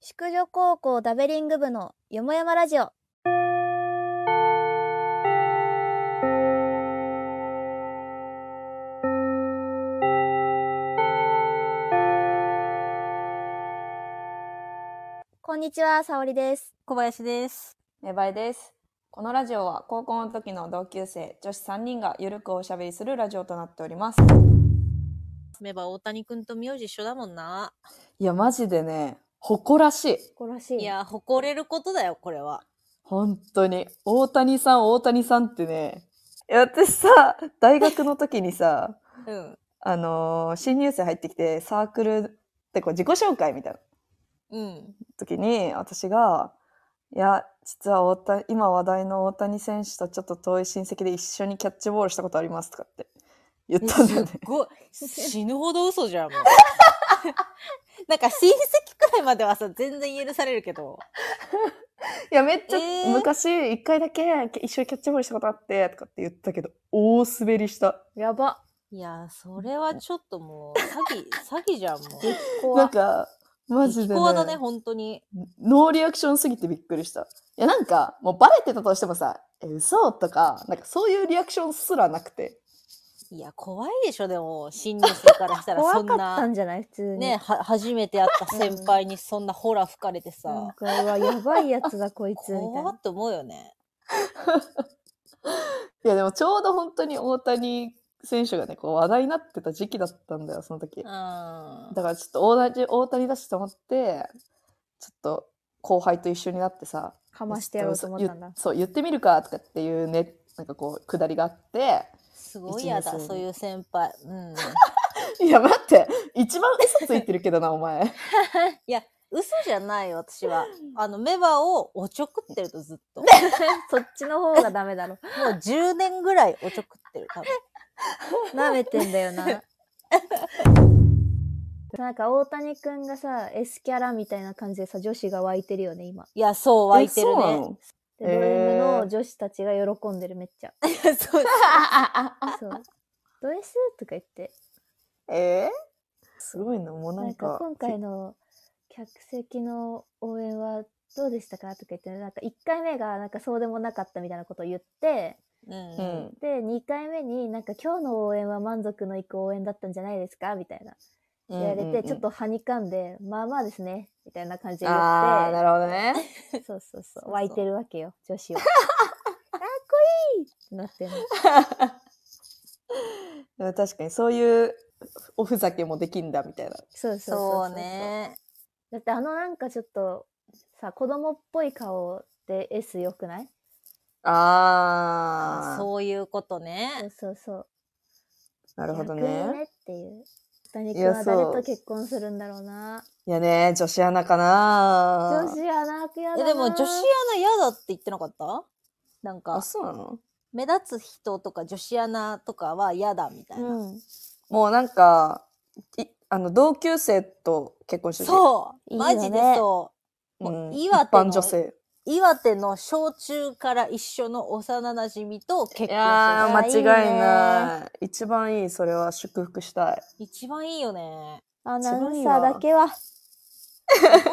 宿女高校ダベリング部のよもやまラジオ。こんにちは、さおりです。小林です。芽生えです。このラジオは高校の時の同級生女子3人がゆるくおしゃべりするラジオとなっております。メバ大谷くんと名字一緒だもんな。いや、マジでね、誇らしい。こらしいや、誇れることだよ、これは。本当に。大谷さん、大谷さんってね。いや私さ、大学の時にさ、うん。あのー新入生入ってきて、サークルってこう自己紹介みたいなうん。時に、私が、いや、実は大谷、今話題の大谷選手とちょっと遠い親戚で一緒にキャッチボールしたことありますとかって言ったんだすよっね。ごい。死ぬほど嘘じゃん、もう。 なんか親戚くらいまではさ、全然許されるけど。いや、めっちゃ、えー昔、一回だけ一緒にキャッチボールしたことあって、とかって言ったけど、大滑りした。やば。いや、それはちょっともう、詐欺、 詐欺じゃん、もう。なんか、マジで、怖だね、本当に。ノーリアクションすぎてびっくりした。いや、なんか、もうバレてたとしてもさ、え、嘘とか、なんかそういうリアクションすらなくて。いや、怖いでしょ、でも、新入生からしたら、そ怖んかったな。んじゃない普通に。ね、は初めて会った先輩にそんなホラ吹かれてさ。なんか、うわ、やばいやつだ、こいつ、みたい怖なっ。て思うよね。いや、でもちょうど本当に大谷選手がね、こう話題になってた時期だったんだよ、その時。うん。だからちょっと同じ大谷だしと思って、ちょっと後輩と一緒になってさ、かましてやろうと思ったんだ言。 そう言ってみるかとかっていうねなんかこうくだりがあってすごいやだ、一年生そういう先輩。うん。 いや待って一番嘘ついてるけど なお前嘘じゃないよ、私は。あの、メバをおちょくってるとずっと。も そっちの方がダメだろ。う10年ぐらいおちょくってる、多分。舐めてんだよな。 なんか大谷くんがさ、S キャラみたいな感じでさ、女子が湧いてるよね、今。いや、そう、湧いてるえそうなね。ので、へード M の女子たちが喜んでる、めっちゃ。 そうそう。ド S とか言って。 えーすごいなもうななんんかか今回の客席の応援はどうでしたかとか言って、なんか1回目がなんかそうでもなかったみたいなことを言って、う。うんんで、2回目になんか今日の応援は満足のいく応援だったんじゃないですかみたいな。言言われて、ちょっとはにかんで、まあまあですね、みたいな感じで言って、ああーなるほどねそうそうそううそう湧いてるわけよ、女子は。かっこいいってなってる。でも確かにそういうおふざけもできんだみたいなそうそうそうそそうう。ね。だってあのなんかちょっと、さ、子供っぽい顔で S 良くないああそういうこそとねう。そうそう。なるほど逆にねっていう。二人い君やは誰そとう結婚するんだろうな。いやね女子アナかな女子アナピアだえな。でも、女子アナ嫌だって言ってなかったなんあか、そうなの目立つ人とか女子アナとかは嫌だみたいな。うん、もうなんかいあの同級生と結婚しててそういいよねマジでそう。もう岩一手の般女性岩手の小中から一緒の幼なじみと結婚すいる。やーーま間あいい違ねいない一番いいそれは祝福したい一番いいよね。アナウンすごいサーわだけは。ア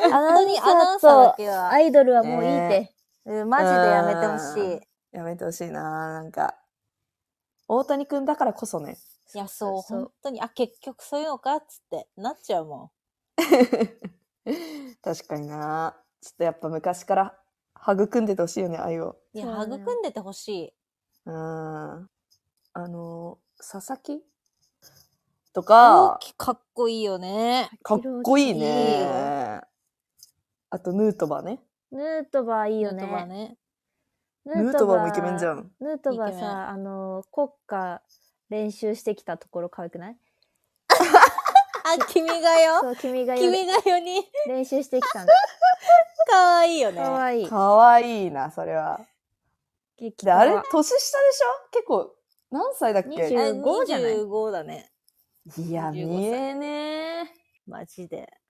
本ナ当ウンにサアナウーンサーだとけはア、イドルはもういいって。うんマジでやめてほしやめてほしいななんか大谷君だからこそねい。いや、そう、そう本当に、あ、結局そういうのかっつって、なっちゃうも確かになちょっとやっぱ昔から育んでてほしいよね愛をん。いやそう、なのよ育んでてほしい。うんあの佐々木と大かきかっこいいよね。かっこいいいいよね。あと、ヌートバーね。ヌートバーいいよヌートバーね。ね。ヌートバーもイケメンじゃん。ん。ヌートバーイケメンさ、あの、国歌練習してきたところ可愛くないあ、 君がよ。そう、君が君がよに、練習してきたんだ。可愛いよね。可愛いかわいいな、それは。激で、可あ愛れい。、年下でしょ結構、何歳だっ20けあ25じゃない25だね。いや、 25歳見えねマジで。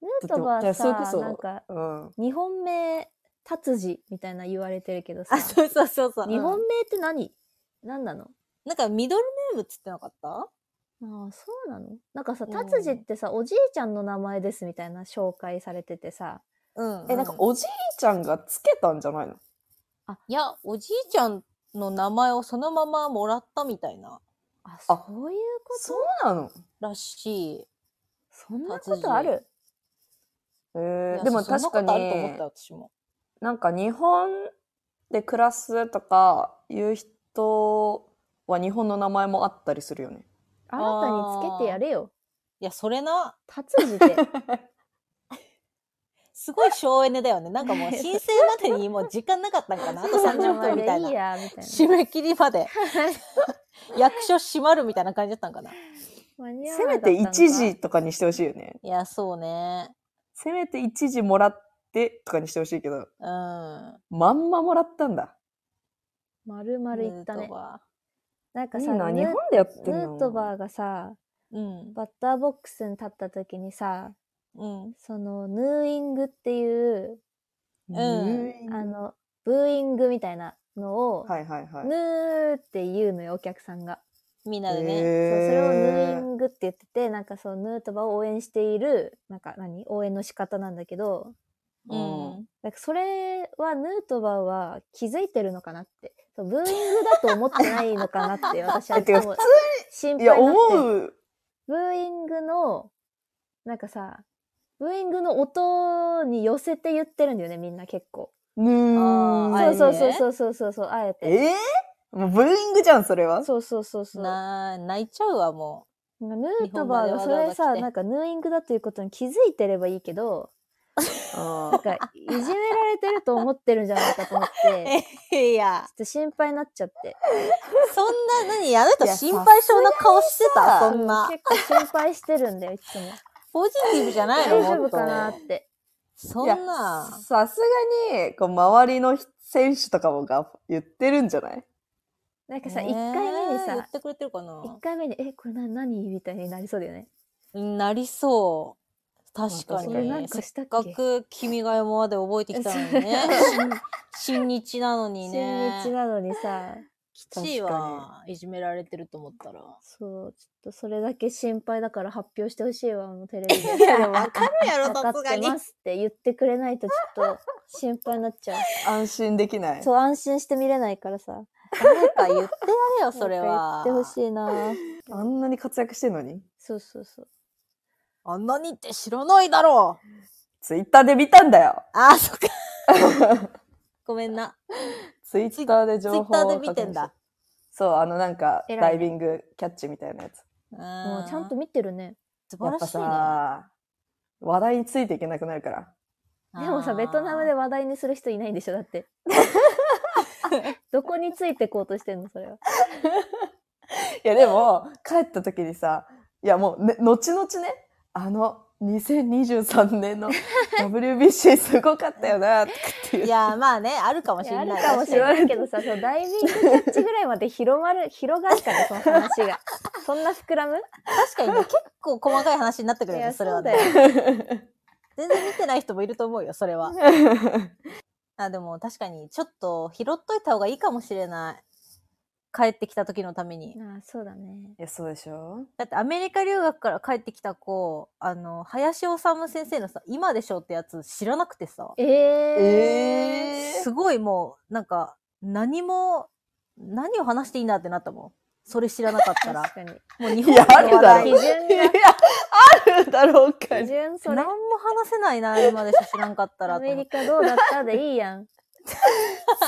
ヌートバーだっていやそれこさ、そなんか、え。うん。日本名、達治みたいな言われてるけどさあ、、そうそうそうそう。日本名って何何なのなんかミドルネームっつってなかったああ、そうなのなんかさ、うん達治ってさ、おじいちゃんの名前ですみたいな紹介されててさ、うん、え、なんかおじいちゃんがつけたんじゃないのいや、おじいちゃんの名前をそのままもらったみたいな、あ、あそういうことそうなのらしい。そんなことあるえいー、やでもそ確かにそんなことあると思った、私も。なんか日本で暮らすとかいう人は日本の名前もあったりするよね。新たにつけてやれよ。いや、それな、達治 で。すごい省エネだよね。なんかもう申請までにもう時間なかったんかな。あと30分みたいいな。や、みたいな。締め切りまで。役所閉まるみたいな感じだったんかな。間に合わせなかめったてのか1時とかにしてほしいよね。いや、そうね。せめて1時もらってとかにしてほしいけど、うん。まんまもらったんだ。まるまるいったヌーねト。バなんかいいさ、な、ヌ日ー本でやってヌんの。ートバーがさ、ーうん。バッターボックスに立った時にさ、うん。その、ヌーイングっていう、うんあの、ブーイングみたいなのを、はいはいはい。ヌーって言うのよ、お客さんが。みんなでへね。そうそれをヌーーイングって言ってて、なんかそう、ヌートバーを応援している、なんか何応援の仕方なんだけど、ーうん。なんかそれはヌートバーは気づいてるのかなって。そうブーイングだと思ってないのかなって、私はえてか思う普心配いや、になって思う。ブーイングの、なんかさ、ブーイングの音に寄せて言ってるんだよね、みんな結構。ヌあーそあうえそうてそうそうそうそうそう、あえて。えー、もうブーイングじゃん、それは。そうそうそうそう。なんかなー泣いちゃうわ、もヌートバーがそ日本までわざわれざさ、来てなんかヌーイングだということに気づいてればいいけど、あなんかいじめられてると思ってるんじゃないかと思って、ちょっう。いや、と心配になっちゃって。そんな、何あなたいや心配性な顔してたさそんなう。結構心配してるんだよ、いつ も。ポジティブじゃないの大も丈っ夫とかなって。そいんやな。さすがに、こう、周りの人選手とかもが言ってるんじゃないなんかさ、ね一え回目に言っさ、てくれてるか一な回目に、え、これな何みたいになりそうだよね。なりそう。確かまあ確かにに。なんかしたっせっけかく君が山まで覚えてきたのにね。新日なのにね。新日なのに さ、きちいわ。いじめられてると思ったら。そう、ちょっとそれだけ心配だから発表してほしいわ、もうテレビで。いや、わかるやろ、分かさっすがてに。ますって言ってくれないとちょっと心配になっちゃ う。安心できない。そう、安心して見れないからさ。誰か言ってや れよ、それなはんか。言ってほしいなあんなに活躍してんのに。そうそうそう。あんなにって知らないだろう。ツイッターで見たんだ よ。あー、そっか。ごめんな。ツイッターでツイ情ッ報ターをで見てんだ確認して。そう、あのなんか、偉いねダイビングキャッチみたいなやつ。ももうちゃんと見てるね。素晴やっらぱしいね。さ、話題についていけなくなるから。でもさ、ベトナムで話題にする人いないんでしょだ って。どこについてこうとしてんのそれは。いや、でも、帰った時にさ、いや、もう、ね、後々ね、あの、2023年 の WBC すごかったよな、とかっていう。いや、まあね、あるかもしいやあれるない。かもしれないけどさ、そう、ダイビングキャッチぐらいまで広まる、広がるから、その話 が。そんな膨らむ確かにね、結構細かい話になってくるいよね、やそれそはうだよね。全然見てない人もいると思うよ、それは。あでも確かに、ちょっと拾っといた方がいいかもしれない。帰ってきた時のために。ああ、そうだね。いや、そうでしょだってアメリカ留学から帰ってきた子、あの、林修先生のさ、今でしょってやつ知らなくてさ、えええすごいもう、なんか、何も、何を話していいんだってなったもん。それ知らなかったら確。かに。もう日い本や、あ人るのだ笑ろ。いい基 や準が、あるだろうか基。準それ何。も話せないな、今でしょ知らんかったらアと思メって。リカどうだった でいいやん。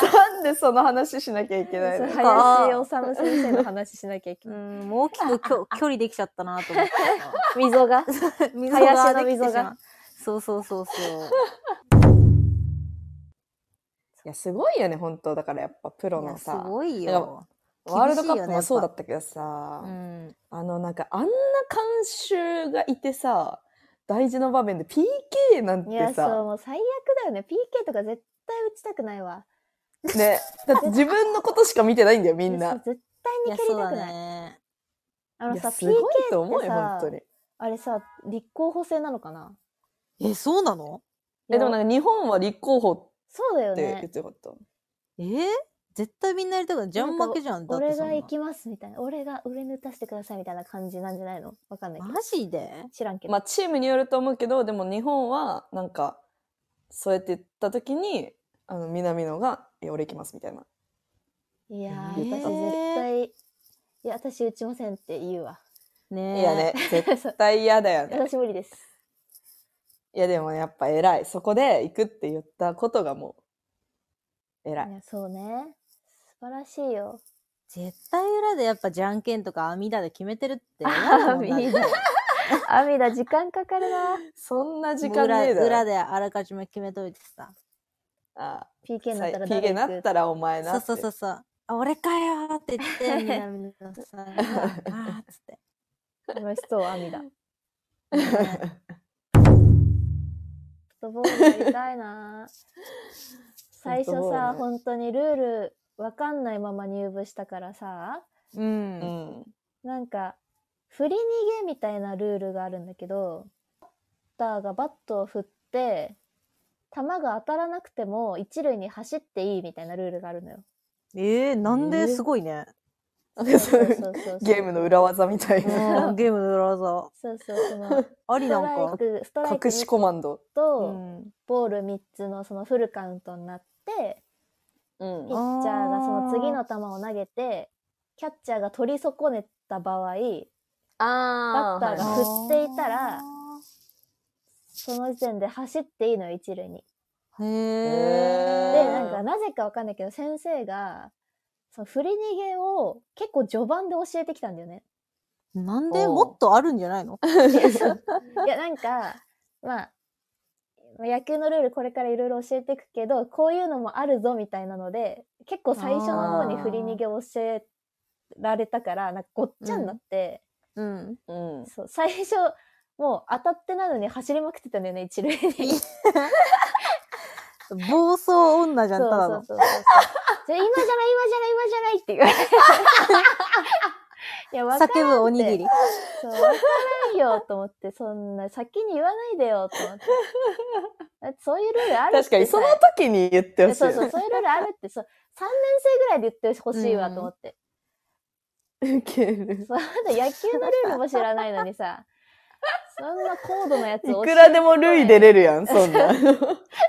なんでその話しなきゃいけないそうのうか林修先生の話しなきゃいけうない。ん、もう大き くきょ距離できちゃったなと思って溝 が。さ。溝林の溝ができてしまう。そうそうそうそう。いや、すごいよね、本当だからやっぱプロいやのすさ、ごいだかよ。ワールドカ厳しいよねップやもっぱそうだったけどさ、うん。あの、なんかあんな監修がいてさ、大事な場面で PK なんいや、てそう、さ、もう最悪だよね。PK とか絶対打ちたくないわ。ね、だって自分のことしか見てな いんだよ、みんそうな。絶対いや、に蹴りそうただくない。ね。あのいさ、や、す PK ごいと思うってよ、さ本当に。あれさ、立候補制なのかなえ、そうなのえ、でもなんか日本は立候補そうだよって言っね。てなかった。えー絶対みんなやりたくない。ジャン負けじゃん。だって俺そんがな行きますみたいな。俺が、俺に打たせてくださいみたいな感じなんじゃないのわかんないけどマ。ジで知らんけど。まあ、チームによると思うけど、でも日本は、なんか、そうやって言った時に、あの、南野が、いや、俺行きます、みたいな。いやー、えー私絶対、いや、私打ちませんって言う わ。ねえ。いやね、絶対嫌だよね。私無理です。いや、でもねやっぱ偉い。そこで行くって言ったことがもう、偉いい。やそうね。素晴らしいよ。絶対裏でやっぱじゃんけんとか網だで決めてるって嫌 だもんな。網だアミだ、時間かかる な。そんな時間裏ねえだろ。裏であらかじめ決めといてさ。あ PK あ、にさなっいたら PK なったらお前なそうって。そうそうそう。あ、俺かよーって言って、南野さんが、あーっつって。ら。楽しそう、アミだ。フットボールやりたい な。最初さ、フットボールね本当にルールわかんないまま入部したからさ、う。うんん。なんか、振り逃げみたいなルールがあるんだけど、バッターがバットを振って、球が当たらなくても一塁に走っていいみたいなルールがある のよ。えー、なんえでーすごいね。なんかそういうそうそうそうゲームの裏技みたいな。うんゲームの裏技。そうそう、その、 スありなトんライか。ク、ストライク隠しコマンド。うと、ん。ボール3つのそのフルカウントになって、うんピ。ッチャーがその次の球を投げて、キャッチャーが取り損ねた場合、あバッターがはい振っていたらその時点で走っていいのよ、一塁に。へで、へーなんか、なぜかわかんないけど、先生が、その振り逃げを結構序盤で教えてきたんだよ ね。え。なんでおうもっとあるんじゃないのいや、そういやなんか、まあ、野球のルールこれからいろいろ教えていくけど、こういうのもあるぞみたいなので、結構最初の方に振り逃げを教えられたから、なんかごっちゃになって、うん。うん。そう、最初、もう当たってないのに走りまくってたんだよね、一塁に。暴走女じゃん、そたうそだうの。そうそうじゃあ今じゃない今じゃない今じゃないって言われていやわからんって叫ぶおにぎり。そう分からんよと思ってそんな先に言わないでよと思ってだってそういうルールあるって確かに、そのさ時に言ってほしいそようね。そうそ ういうルールあるってそう3年生ぐらいで言ってほしいわと思って、ウケる。そうだ野球のルールも知らないのにさそんな高度なやついくらでも類出れるやん、そんなん。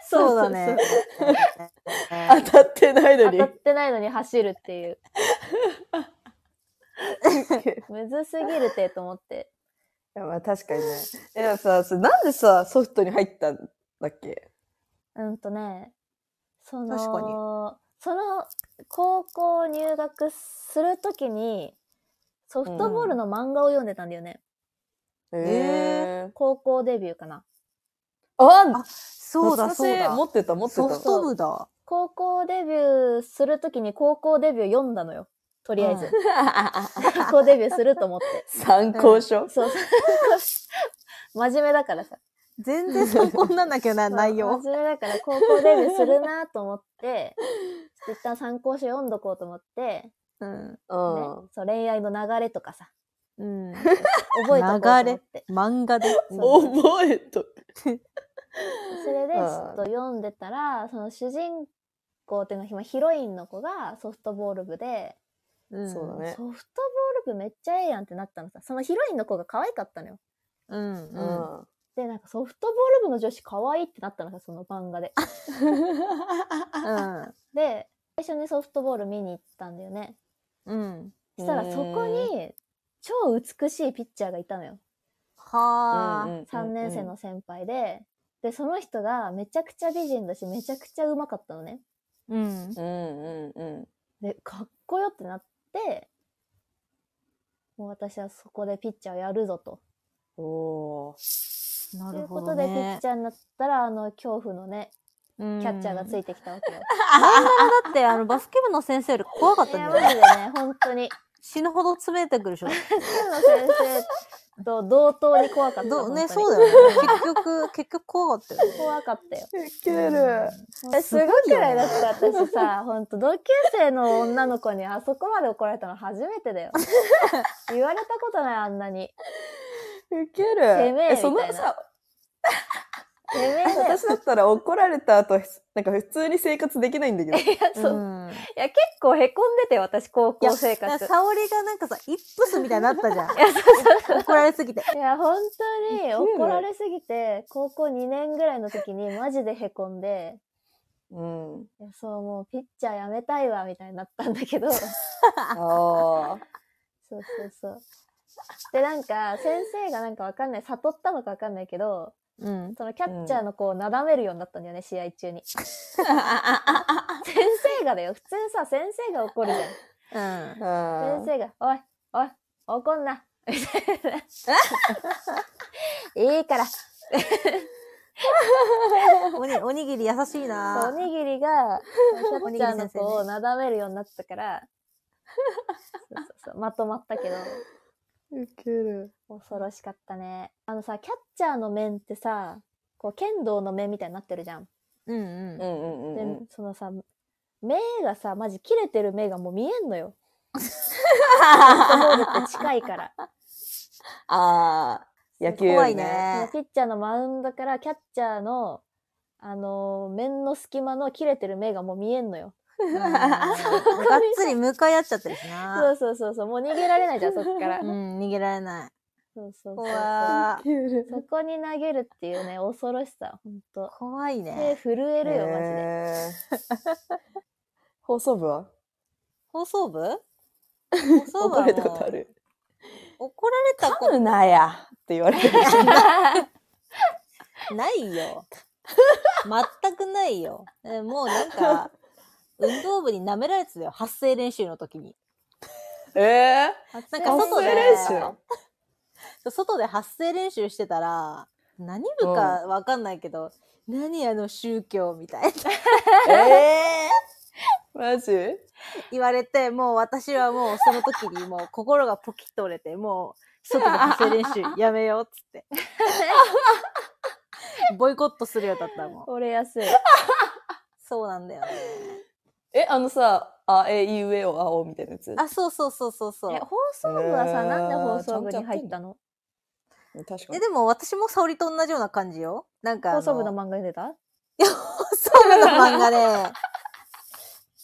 そうだね。当たってないの当にた。ってないのに走るっていうウケるむずすぎるてと思って いやまあ確かにね。いやさ、それなんでさ、ソフトに入ったんだっけうんとね、その、確かにその高校入学するときに、ソフトボールの漫画を読んでたんだよね。えー。高校デビューかな。あそうだ、そうだ。持ってた、持ってソた。フト部だ。高校デビューするときに高校デビュー読んだのよ。とりあえず。高校デビューすると思って。参考書。そうそう。真面目だからさ。全然参考になんなきゃ な、そう内容。真面目だから高校デビューするなと思って、ちょっと一旦参考書読んどこうと思って、ね、うん。うん。そう恋愛の流れとかさ、うん。覚えとこうと思っ流て。漫画で。覚えとる。それでちうんょっと読んでたら、その主人公っていうのはまあヒロインの子がソフトボール部で、うんそうだねソフトボール部めっちゃええやんってなったのさそのヒロインの子が可愛かったのようん。ううんん。でなんかソフトボール部の女子可愛いってなったのさその漫画でうん。で最初にソフトボール見に行ったんだよねうん。そしたらそこに超美しいピッチャーがいたのよはあ。 3年生の先輩ででその人がめちゃくちゃ美人だしめちゃくちゃうまかったのねうん。うんうんうん。でかっこよってなってもう私はそこでピッチャーをやるぞと。おー。なといるうほこどとでピッね。チャーになったらあの恐怖のねキキャャッチャーがつついてきたわ けよ。だって、あの、バスケ部の先生より怖かっいやたんマだジよ。でね本当 に死ぬほど詰めてくるでしょ。清野先生と同等に怖かった。どう本ね、当にそうだよね。結局、 結局怖かったよね。怖か ったよ。ウケる。えすごくないだって私さ、 ほんと同級生の女の子にあそこまで怒られたの初めてだ よ。言われたことないあんなに。ウケてめえる。みたいなそのさ、夢だよ私だったら怒られた後、なんか普通に生活できないんだけど。いや、そう。うんいや、結構へこんでて、私、高校生いや活。沙織がなんかさ、イップスみたいに なったじゃん。怒られすぎて。いや、本当に勢い怒られすぎて、高校2年ぐらいの時にマジでへこんで、うん。いやそう、もうピッチャーやめたいわ、みたいになったんだけど、そうああ。そうそう。で、なんか、先生がなんかわかんない、悟ったのかわかんないけど、うん。そのキャッチャーの子をなだめるようになったんだよね、試合中に。先生がだよ、普通さ、先生が怒るじゃん。うん。先生が、おい、おい、怒んな。みたいないいから。おにおにぎり優しいそうおな。にぎりが、 キャッチャーの子おをにぎり先生ねなだめるようになったから、そうそうそうまとまったけど、うん。受ける。恐ろしかったね。あのさ、キャッチャーの面ってさ、こう、剣道の面みたいになってるじゃん。うんう うん。んうんでうんうん。、そのさ、目がさ、マジ切れてる目がもう見えんの よ。フットボールって近いから。ああ。野球よ怖りいね。もねう。ピッチャーのマウンドからキャッチャーの、あのー面の隙間の切れてる目がもう見えんのよ。うんがっつり向かい合っちゃってるしそな。うそうそうそう、もう逃げられないじゃん、そっから。 う、そうん逃げられない。そうそう。怖受けるそこに投げるっていう ね、恐ろしさ、ほんと。怖い手ね。震えるよ、マジで。ねえ放送部は放送部放送部怒はられたことあもうる怒られたこ噛むなやって言われてる。とないよ。全くないよ。えもうなんか、運動部に舐められてたよ。発声練習の時に。ええなんー。か合外成で練習外で発声練習してたら、何部かわかんないけど、何あの宗教みたいなええー。 マジ言われて、もう私はもうその時にもう心がポキッと折れて、もう外で発声練習やめようっつって。 ボイコットするようだったもん。折れやすい。そうなんだよね。え、あのさ、あ、え、いうえお、あおみたいなや つあ、そうそうそうそうそうえ、。放送部はさ、えーなんで放送部に入ったの確かえ、に。でも私も沙織と同じような感じよ。なんかあの、放送部の漫画に出た放送部の漫画ね、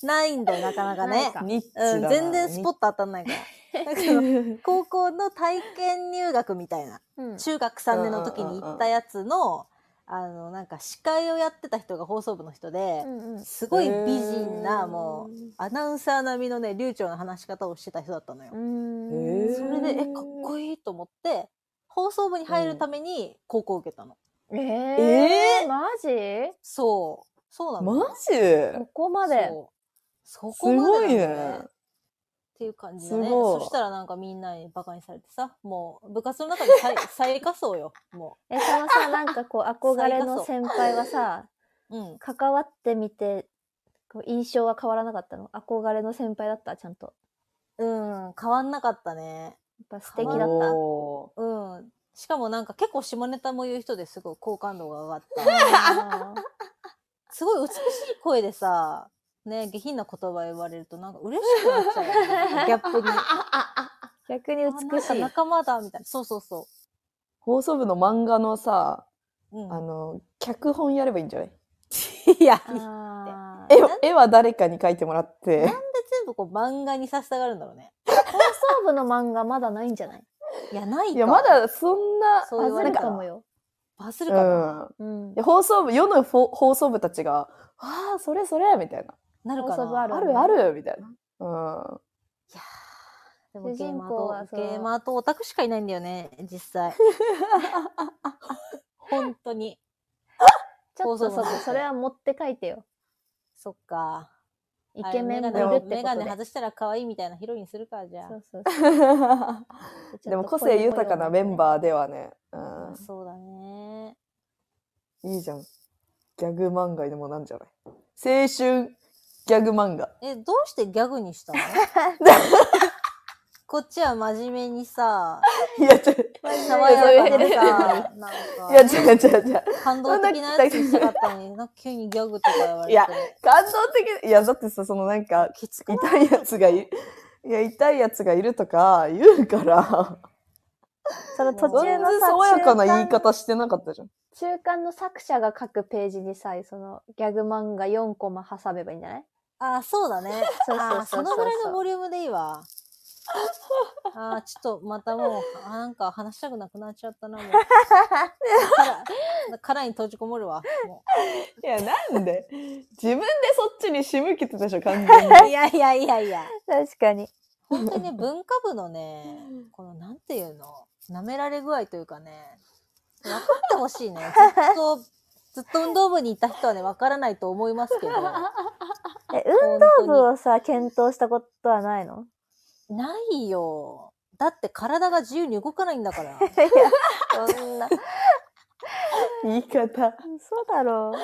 ないんだよ、なかななかねい。かニッチうだん、な全然スポット当たんない から。だけど高校の体験入学みたいな、うん。中学3年の時に行ったやつの、あの、なんか司会をやってた人が放送部の人で、うんうん。すごい美人な、 もう、うアナウンサー並みのね、流暢な話し方をしてた人だったのよ。うーん。それで、え、かっこいいと思って、放送部に入るために高校受けたの。えー、えマジそう。そうなーの。マジここまで。そう。そすこまでなごのいね。っていう感じだね。すごいそしたらなんかみんなにバカにされてさ、もう部活の中で 最最下層よ、もえ、そのさ、なんかこう、 憧れの先輩はさ、う。うん。関わってみて、こう印象は変わらなかったの憧れの先輩だったちゃんと。うん、変わんなかったね。やっぱ素敵だっおうん。しかもなんか結構下ネタも言う人ですごい好感度が上がった。た。すごい美しい声でさ、ね、下品な言葉言われるとなんか嬉しくなっちゃうよね。ギャ ップに。逆に美しあい。なんか仲間だ、みたいな。そうそうそ放送部の漫画のさ、う。うんあ。の、脚本やればいいんじゃない いや、なんであー絵は絵は誰かに描いてもらって。全部こう漫画にさせたがるんだろうね。放送部の漫画まだないんじゃないいや、ないか。いや、まだそんな、そうバ言わズれるたからもよ。バズうるかな、ん。うんいや。放送部、世の放放送部たちが、ああ、それそれみたいな。なるか放送部なああるるあるあるみたいな。うん。いやーでも主ゲー人マー公はと、そうゲーマーとオタクしかいないんだよね、実 際。本当に。ちょっと放送部その漫画それは持って書いてよ。そっか。イケメンもいあるれってこメガネとで。メガネ外したら可愛いみたいなヒロインにするか、じゃあそ。うそう そうでも個性豊かなメンバーではね、まあそうだね。うん、いいじゃん。ギャグ漫画でもなんじゃない青春ギャグ漫画。え、どうしてギャグにしたのこっちは真面目にさ、いや、ちょ、い爽やかでさ、なんか、や、違う違う違う。感動的なやつにしたかったのに、なんか急にギャグとか言われて。いや感動的、いや、だってさ、そのなんか、きつくない痛いやつがいる、いや、痛いやつがいるとか言うから、 その途全中の然さ爽やかな言い中間方してなかったじゃん。中間の作者が書くページにさ、そのギャグ漫画4コマ挟めばいいんじゃないあー、そうだね。そうそうあーそうそうのぐらいのボリュームでいいわ。あー、ちょっとまたもう、あなんか話したくなくなっちゃったな、もう。殻殻に閉じこもるわ。もいや、なんで自分でそっちに仕向けてたでしょ、完全に。ういやいやいやいや。確かに。本 当にね、文化部のね、この、なんていうの、舐められ具合というかね、分かってほしい ね。ずっと、ずっと運動部にいた人はね、分からないと思います けど。え、運運動部をさ、検討したことはないの ないよ。だって体が自由に動かないんだから。いや、そんな。言い方。嘘だろう。